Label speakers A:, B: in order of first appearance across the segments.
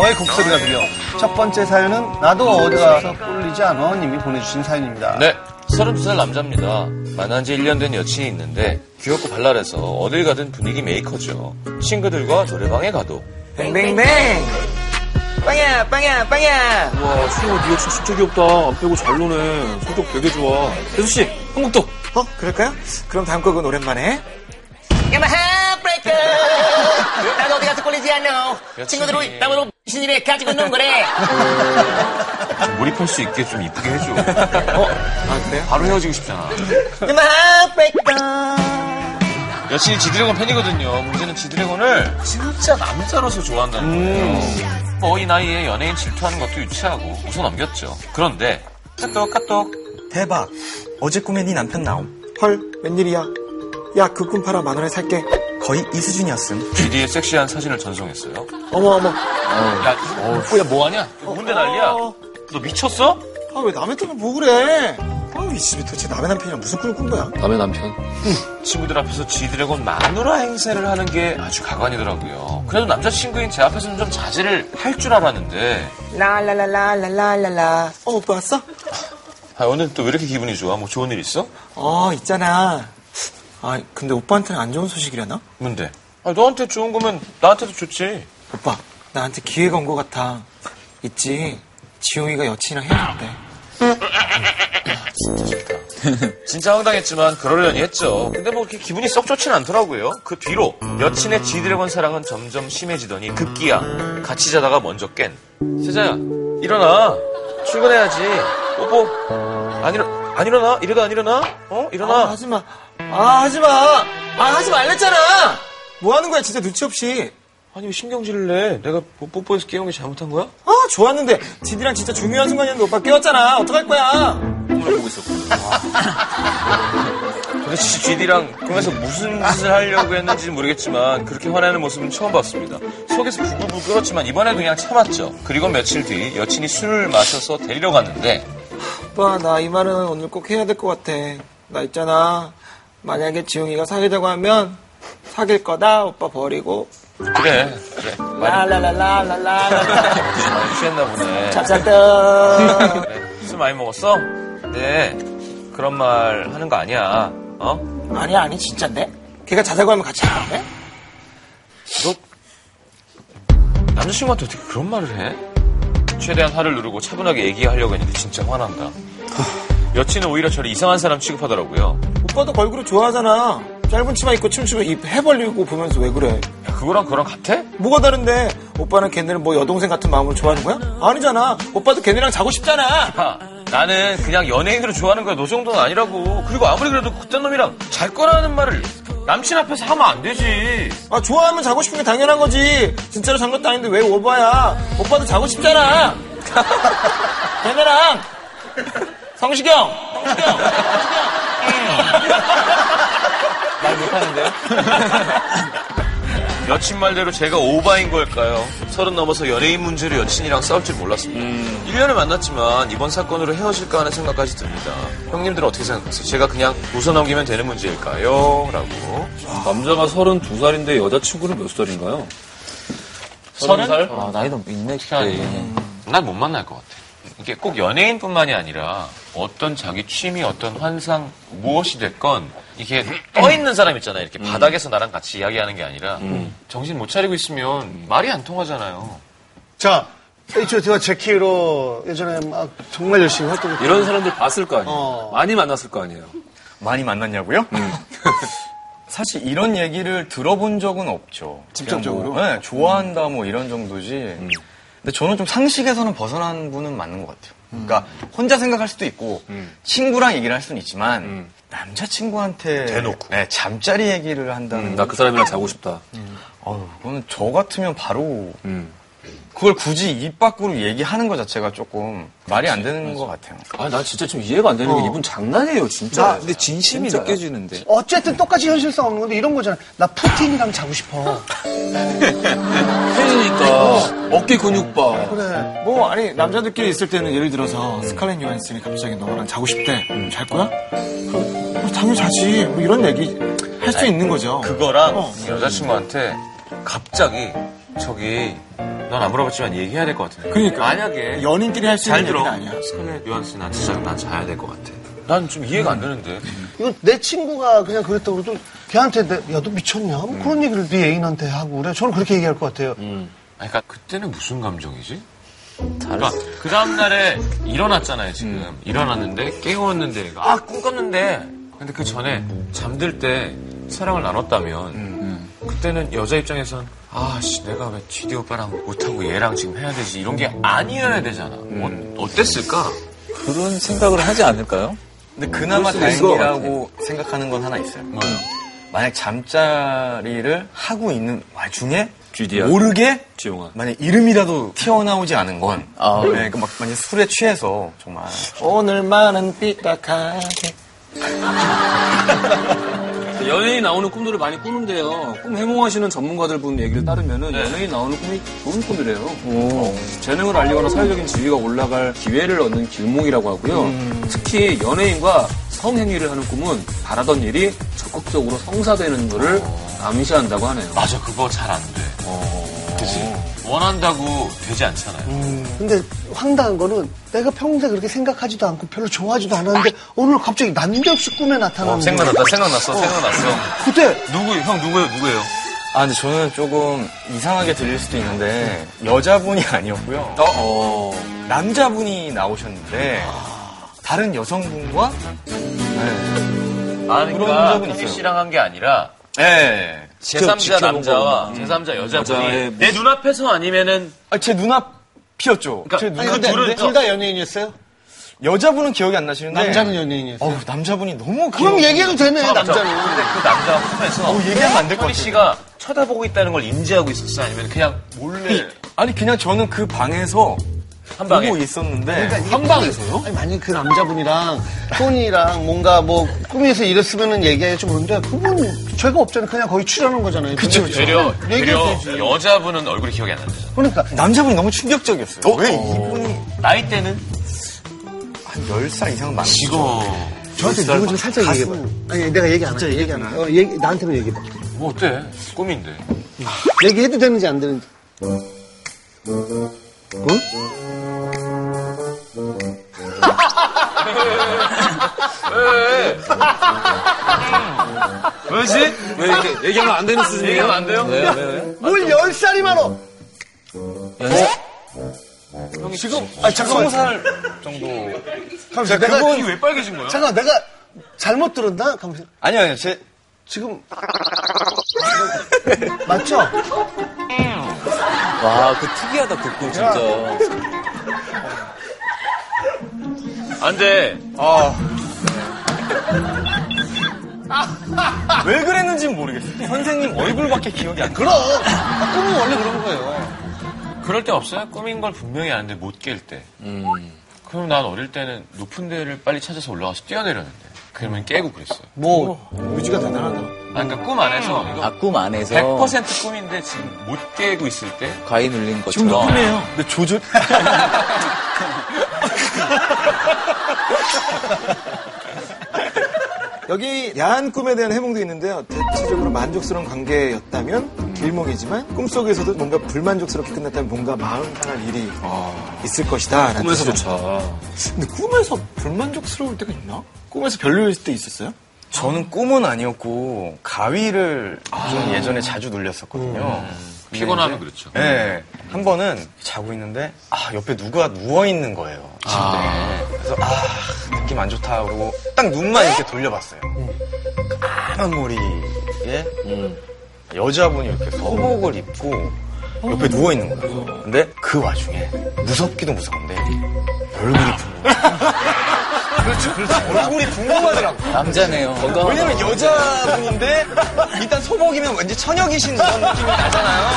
A: 저의 곡소리가 들려. 첫 번째 사연은 나도 어디 가서 꿀리지 않아 님이 보내주신 사연입니다.
B: 네, 32살 남자입니다. 만난 지 1년 된 여친이 있는데 귀엽고 발랄해서 어딜 가든 분위기 메이커죠. 친구들과 노래방에 가도
C: 뱅뱅뱅! 빵야, 빵야, 빵야!
D: 와, 수호 니가 진짜 귀엽다. 안 빼고 잘 노네. 성격 되게 좋아. 혜수씨, 한 곡 더.
C: 어, 그럴까요? 그럼 다음 곡은 오랜만에. 야마하 브레이크! 나도 어디 가서 꼴리지 않노. 친구들이 나보고 신이래 가지고 노는 거래.
B: 몰입할 수 있게 좀 이쁘게 해줘. 어?
C: 아, 그래요?
B: 바로 헤어지고 싶잖아.
C: 야마하 브레이크!
B: 여친이 지드래곤 팬이거든요. 문제는 지드래곤을 진짜 남자로서 좋아한다는 거예요. 뭐 어이 나이에 연예인 질투하는 것도 유치하고 웃어 넘겼죠. 그런데 카톡 카톡
E: 대박. 어제 꿈에 네 남편 나옴.
C: 헐, 웬일이야. 야, 그 꿈 팔아 만 원에 살게.
E: 거의 이 수준이었음.
B: GD의 섹시한 사진을 전송했어요.
C: 어머, 아, 어머.
B: 야, 뭐야 뭐하냐? 뭔데 난리야? 너 미쳤어?
C: 아, 왜 남의 꿈을 보고 그래? 아우, 이 집이 도대체 남의 남편이랑 무슨 꿈을 꾼 거야?
D: 남의 남편.
B: 친구들 앞에서 지드래곤 마누라 행세를 하는 게 아주 가관이더라고요. 그래도 남자친구인 제 앞에서는 좀 자제를 할 줄 알았는데.
C: 라라라라라라라. 어, 오빠 왔어?
B: 아, 오늘 또 왜 이렇게 기분이 좋아? 뭐 좋은 일 있어?
C: 어, 있잖아. 아, 근데 오빠한테는 안 좋은 소식이려나?
B: 뭔데? 아, 너한테 좋은 거면 나한테도 좋지.
C: 오빠, 나한테 기회가 온 것 같아. 있지. 지용이가 여친이랑 헤어졌대.
B: 진짜 황당했지만 그러려니 했죠. 근데 뭐 이렇게 기분이 썩 좋진 않더라고요. 그 뒤로 여친의 지드래곤 사랑은 점점 심해지더니 급기야 같이 자다가 먼저 깬. 세자야, 일어나. 출근해야지. 뽀뽀. 안 일어, 안 일어나? 이러다 안 일어나? 어?
C: 아,
B: 일어나.
C: 하지마. 아, 하지마. 아, 하지 말랬잖아. 뭐 하는 거야, 진짜 눈치 없이.
B: 아니 왜 신경질을 내? 내가 뽀- 뽀뽀해서 깨운 게 잘못한 거야?
C: 아, 좋았는데. 지디랑 진짜 중요한 순간이었는데 오빠 깨웠잖아. 어떡할 거야.
B: 꿈을 보고 있었고 아. 도대체 GD랑 꿈에서 무슨 짓을 하려고 했는지는 모르겠지만 그렇게 화내는 모습은 처음 봤습니다 속에서 부글부글 끓었지만 이번에도 그냥 참았죠 그리고 며칠 뒤 여친이 술을 마셔서 데리러 갔는데
C: 오빠, 나 이 말은 오늘 꼭 해야 될 것 같아. 나 있잖아. 만약에 지용이가 사귀자고 하면 사귈 거다. 오빠 버리고.
B: 그래 그래 많이
C: 라라라라라라라.
B: 많이 취했나 보네
C: 잡잡떡.
B: 그래, 술 많이 먹었어? 네 그런 말 하는 거 아니야 어?
C: 아니 아니 진짜인데? 걔가 자자고 하면 같이 안 돼?
B: 너 남자친구한테 어떻게 그런 말을 해? 최대한 화를 누르고 차분하게 얘기하려고 했는데 진짜 화난다. 여친은 오히려 저를 이상한 사람 취급하더라고요.
C: 오빠도 걸그룹 좋아하잖아. 짧은 치마 입고 춤추고 입 해벌리고 보면서 왜 그래?
B: 야, 그거랑 그거랑 같아?
C: 뭐가 다른데? 오빠는 걔네를 뭐 여동생 같은 마음으로 좋아하는 거야? 아니잖아. 오빠도 걔네랑 자고 싶잖아.
B: 야, 나는 그냥 연예인으로 좋아하는 거야. 너 정도는 아니라고. 그리고 아무리 그래도 그딴 놈이랑 잘 거라는 말을 남친 앞에서 하면 안 되지.
C: 아 좋아하면 자고 싶은 게 당연한 거지. 진짜로 잔 것도 아닌데 왜 오바야? 오빠도 자고 싶잖아. 걔네랑 성시경. 성시경.
B: 말 못하는데요? 여친 말대로 제가 오바인 걸까요? 서른 넘어서 연예인 문제로 여친이랑 싸울 줄 몰랐습니다. 1년을 만났지만 이번 사건으로 헤어질까 하는 생각까지 듭니다. 형님들은 어떻게 생각하세요? 제가 그냥 웃어 넘기면 되는 문제일까요? 라고.
D: 아, 남자가 32살인데 여자친구는 몇 살인가요?
B: 서른 살?
D: 아, 나이도 있네.
B: 난 못 만날 것 같아. 이게 꼭 연예인뿐만이 아니라 어떤 자기 취미, 어떤 환상, 무엇이 됐건 이게 떠 있는 사람 있잖아요. 이렇게 바닥에서 나랑 같이 이야기하는 게 아니라 정신 못 차리고 있으면 말이 안 통하잖아요.
A: 자, H.O.T와 제키로 예전에 막 정말 열심히 활동했고.
D: 이런 사람들 봤을 거 아니에요.
A: 어.
D: 많이 만났을 거 아니에요. 음,
E: 많이 만났냐고요?
A: 음.
E: 사실 이런 얘기를 들어본 적은 없죠.
A: 직접적으로? 음.
E: 그냥 뭐, 네, 좋아한다 뭐 이런 정도지. 근데 저는 좀 상식에서는 벗어난 분은 맞는 것 같아요.
A: 음.
E: 그러니까 혼자 생각할 수도 있고 친구랑 얘기를 할 수는 있지만
A: 음.
E: 남자친구한테
B: 대놓고.
E: 네, 잠자리 얘기를
A: 음.
E: 한다는
D: 나 그 사람이랑 자고 싶다.
E: 어휴, 그거는 저 같으면 바로
D: 음.
E: 그걸 굳이 입 밖으로 얘기하는 것 자체가 조금 말이 안 되는 것 같아요.
D: 아, 나 진짜 좀 이해가 안 되는 게 이분 장난이에요, 진짜.
F: 근데 진심이 느껴지는데.
A: 어쨌든 똑같이 현실 싸우는 건데 이런 거잖아. 나 푸틴이랑 자고 싶어.
D: 팬이니까. 어깨 근육 봐.
A: 그래.
C: 뭐 아니 남자들끼리 있을 때는 예를 들어서 스칼렛 요한슨이 갑자기 너랑 자고 싶대 음, 잘 거야? 그럼 어, 당연히 자지 뭐 이런 얘기 할 수 있는 거죠
B: 그거랑 여자친구한테 갑자기 저기 난 안 물어봤지만 얘기해야 될 것 같은데.
F: 그러니까.
B: 만약에
F: 연인끼리 할 수
B: 잘
F: 있는 얘기
B: 들어.
F: 아니야.
B: 스carlett 요한슨 한 진짜 난 자야 될 것 같아. 난 좀 이해가 안 되는데.
A: 이거 내 친구가 그냥 그랬다고 그래도 걔한테 야 너 미쳤냐? 뭐 그런 얘기를 네 애인한테 하고 그래. 저는 그렇게 얘기할 것 같아요.
B: 아니, 그러니까 그때는 무슨 감정이지? 그러니까 그 다음 날에 일어났잖아요 지금 일어났는데 깨웠는데 아 꿈꿨는데 근데 그 전에 잠들 때 사랑을 나눴다면 그때는 여자 입장에선 아씨 내가 왜 GD 오빠랑 못하고 얘랑 지금 해야 되지 이런 게 아니어야 되잖아 어, 어땠을까?
F: 그런 생각을 하지 않을까요?
E: 근데 그나마
F: 그럴 수도 있을
E: 다행이라고 생각하는 건 하나 있어요. 만약 잠자리를 하고 있는 와중에
F: GD 야.
E: 모르게
F: 지용아.
E: 만약 이름이라도 튀어나오지 않은 건
F: 아.
E: 네, 그러니까 막 만약 술에 취해서 정말
F: 오늘만은 삐딱하게. 연예인 나오는 꿈들을 많이 꾸는데요. 꿈 해몽하시는 전문가들 분 얘기를 따르면은 연예인 나오는 꿈이 좋은 꿈이래요. 어, 재능을 알리거나 사회적인 지위가 올라갈 기회를 얻는 길몽이라고 하고요. 특히 연예인과 성행위를 하는 꿈은 바라던 일이 적극적으로 성사되는 것을 암시한다고 하네요.
B: 맞아 그거 잘 안돼 그치? 원한다고 되지 않잖아요
A: 근데 황당한 거는 내가 평소에 그렇게 생각하지도 않고 별로 좋아하지도 않았는데 오늘 갑자기 난데없이 꿈에 나타나는 거야.
B: 생각났다 생각났어 생각났어
A: 그때
B: 누구 형 누구예요 누구예요?
E: 아 근데 저는 조금 이상하게 들릴 수도 있는데 여자분이 아니었고요. 어, 남자분이 나오셨는데 다른 여성분과 네.
B: 아
E: 그런
B: 그러니까
E: 적은
B: 혜미
E: 있어요.
B: 씨랑 한 게 아니라
E: 네.
B: 제3자 남자와 제3자 여자분이
F: 음. 여자의
B: 내 눈앞에서 아니면은
E: 아, 제 눈앞이었죠.
B: 그러니까
E: 제
A: 아니
E: 눈앞
A: 근데
B: 둘은
A: 둘 다 연예인이었어요?
E: 여자분은 기억이 안 나시는데
A: 남자는 연예인이었어요.
E: 어우, 남자분이 너무
A: 그럼
E: 귀여워.
A: 얘기해도 되네
B: 맞아.
A: 남자는.
B: 근데 그 남자 꿈에서
E: 어, 얘기하면 안될것
B: 허리
E: 같아요.
B: 씨가 쳐다보고 있다는 걸 인지하고 있었어 아니면 그냥 몰래
E: 아니 그냥 저는 그 방에서
B: 한 방에
E: 보고 있었는데
A: 그러니까 한방에서요? 아니 만약 그 남자분이랑 소니랑 뭔가 뭐 꿈에서 이랬으면은 얘기해 좀 그런데 그분 죄가 없잖아요. 그냥 거의 출연한 거잖아요. 그쵸
B: 되려
A: 얘기해도
B: 되려
A: 되지.
B: 여자분은 얼굴이 기억이 안 난다.
A: 그러니까
E: 남자분이 너무 충격적이었어요. 왜 이분이
B: 나이 때는
E: 한 10살 이상 많은
B: 이거
A: 저한테 누구 좀 살짝 얘기해봐요. 아니 내가 얘기 안 할게. 얘기 안 할게. 어, 얘기, 나한테만 얘기해봐.
B: 뭐 어때? 꿈인데.
A: 얘기해도 되는지 안 되는지. 응?
B: 왜지?
F: 왜 이렇게 얘기하면 안 되는 수준이에요? 네,
B: 얘기하면 안 돼요?
F: 왜, 왜, 왜?
A: 뭘 열살이 많어!
B: 네?
A: 어? 지금, 아, 잠깐만.
E: 20살
A: 잠깐만. 내가,
B: 그건 왜 빨개진 거야?
A: 잠깐만, 내가 잘못 들었나? 잠깐만.
E: 아니요 아니요 제
A: 지금. 맞죠?
F: 와, 그 특이하다, 그 꿈, 진짜. 네.
B: 안 돼.
E: 왜 그랬는지는 모르겠어요. 선생님 얼굴밖에 기억이 안 나.
A: 그럼. 아, 꿈은 원래 그런 거예요.
B: 그럴 때 없어요? 꿈인 걸 분명히 아는데 못 깰 때. 그럼 난 어릴 때는 높은 데를 빨리 찾아서 올라가서 뛰어내렸는데. 그러면 깨고 그랬어요.
A: 뭐, 의지가 대단하다.
B: 아, 그러니까 꿈 안에서 이거
F: 아, 꿈 안에서
B: 100% 꿈인데 지금 못 깨고 있을 때
F: 과이 눌린 것처럼.
E: 꿈이에요. 근데 조조
F: 여기 야한 꿈에 대한 해몽도 있는데요. 대체적으로 만족스러운 관계였다면 길몽이지만 꿈속에서도 뭔가 불만족스럽게 끝났다면 뭔가 마음 편할 일이
E: 아.
F: 있을 것이다. 라는
D: 꿈에서조차.
F: 뜻이라. 근데 꿈에서 불만족스러울 때가 있나? 꿈에서 별로일 때 있었어요?
E: 저는 꿈은 아니었고 가위를
F: 아.
E: 좀 예전에 자주 눌렸었거든요.
F: 음.
B: 피곤하면 그렇죠.
E: 네. 한 번은 자고 있는데 아 옆에 누가 누워 있는 거예요. 침대에. 그래서 아 느낌 안 좋다 하고 딱 눈만 이렇게 돌려봤어요.
F: 네.
E: 까만 머리에
F: 음.
E: 여자분이 이렇게 소복을 입고
F: 어.
E: 옆에 누워 있는 거예요. 근데 그 와중에 무섭기도 무서운데 얼굴이 궁금. 그렇죠, 그렇죠. 얼굴이 궁금하더라고. 요
F: 남자네요.
E: 왜냐면 여자분인데 일단 소복이면 왠지 처녀귀신 그런 느낌이 나잖아요.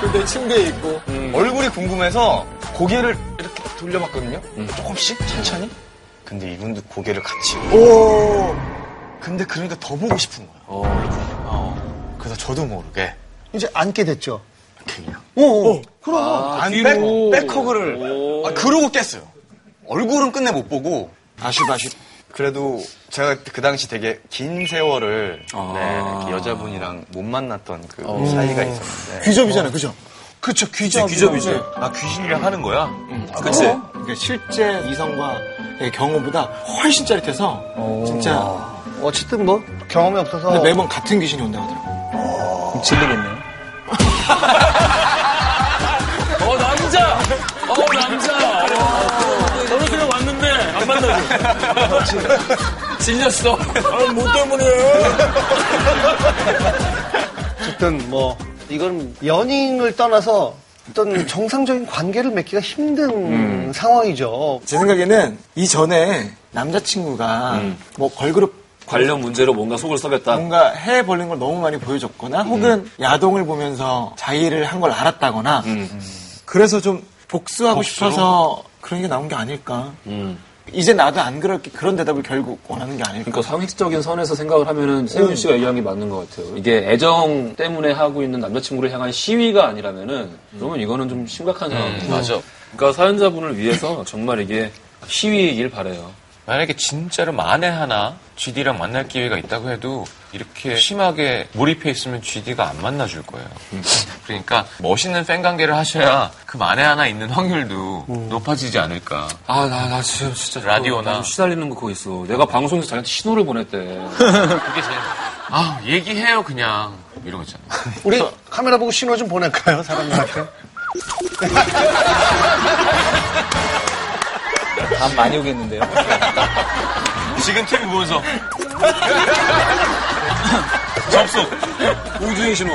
E: 그래서
F: 내 침대에 있고.
E: 얼굴이 궁금해서 고개를 이렇게 돌려봤거든요.
F: 음.
E: 조금씩 천천히. 근데 이분도 고개를 같이. 오. 근데 그러니까 더 보고 싶은 거야. 어. 그래서 저도 모르게 어.
A: 이제 앉게 됐죠.
E: 그냥
A: 오, 오. 그럼.
E: 안 백, 백허그를 아, 그러고 깼어요. 얼굴은 끝내 못 보고
F: 아쉽, 아쉽.
E: 그래도 제가 그 당시 되게 긴 어. 세월을 네, 이렇게 여자분이랑 못 만났던 그 사이가 있었는데
F: 귀접이잖아요, 그죠?
A: 그쵸, 귀접.
F: 귀접이지.
B: 아, 귀신이랑 하는 거야?
F: 그치?
C: 그러니까 실제 이성과의 경험보다 훨씬 짜릿해서 진짜
A: 어쨌든 뭐, 경험이 없어서.
C: 근데 매번 같은 귀신이 온다고 하더라고요.
F: 어, 남자! 어, 남자! 어, 너는 그냥 왔는데 안 만나고. 질렸어. 아, 뭐 때문에?
A: 어쨌든 뭐, 이건 연인을 떠나서 어떤 정상적인 관계를 맺기가 힘든 음. 상황이죠.
C: 제 생각에는 이전에 남자친구가 뭐 걸그룹
F: 음. 관련 문제로 뭔가 속을 썩였다. 음.
C: 뭔가 해벌린걸 너무 많이 보여줬거나 혹은 야동을 보면서 자의를 한 걸 알았다거나
F: 음.
C: 그래서 좀 복수하고 싶어서 그런 게 나온 게 아닐까
F: 음.
C: 이제 나도 안 그럴게 그런 대답을 결국 원하는 게 아닐까
F: 그러니까 상식적인 선에서 생각을 하면은 세훈 씨가 얘기한 게 맞는 것 같아요. 이게 애정 때문에 하고 있는 남자친구를 향한 시위가 아니라면은 그러면 이거는 좀 심각한 상황이에요.
B: 맞아.
F: 음, 그러니까 사연자분을 위해서 정말 이게 시위이길 바래요.
B: 만약에 진짜로 만에 하나 GD랑 만날 기회가 있다고 해도 이렇게 심하게 몰입해 있으면 GD가 안 만나줄 거예요. 그러니까 멋있는 팬 관계를 하셔야 그 만에 하나 있는 확률도 높아지지 않을까.
F: 아, 나, 나 지금 진짜
B: 라디오나.
F: 나 시달리는 거 그거 있어. 내가 방송에서 자기한테 신호를 보냈대.
B: 그게 제일. 아, 얘기해요, 그냥. 이런 거 있잖아. 요
A: 우리 카메라 보고 신호 좀 보낼까요, 사람들한테?
E: 다음 많이 오겠는데요?
B: 지금 TV 보면서. 접속.
F: 우주인 신호.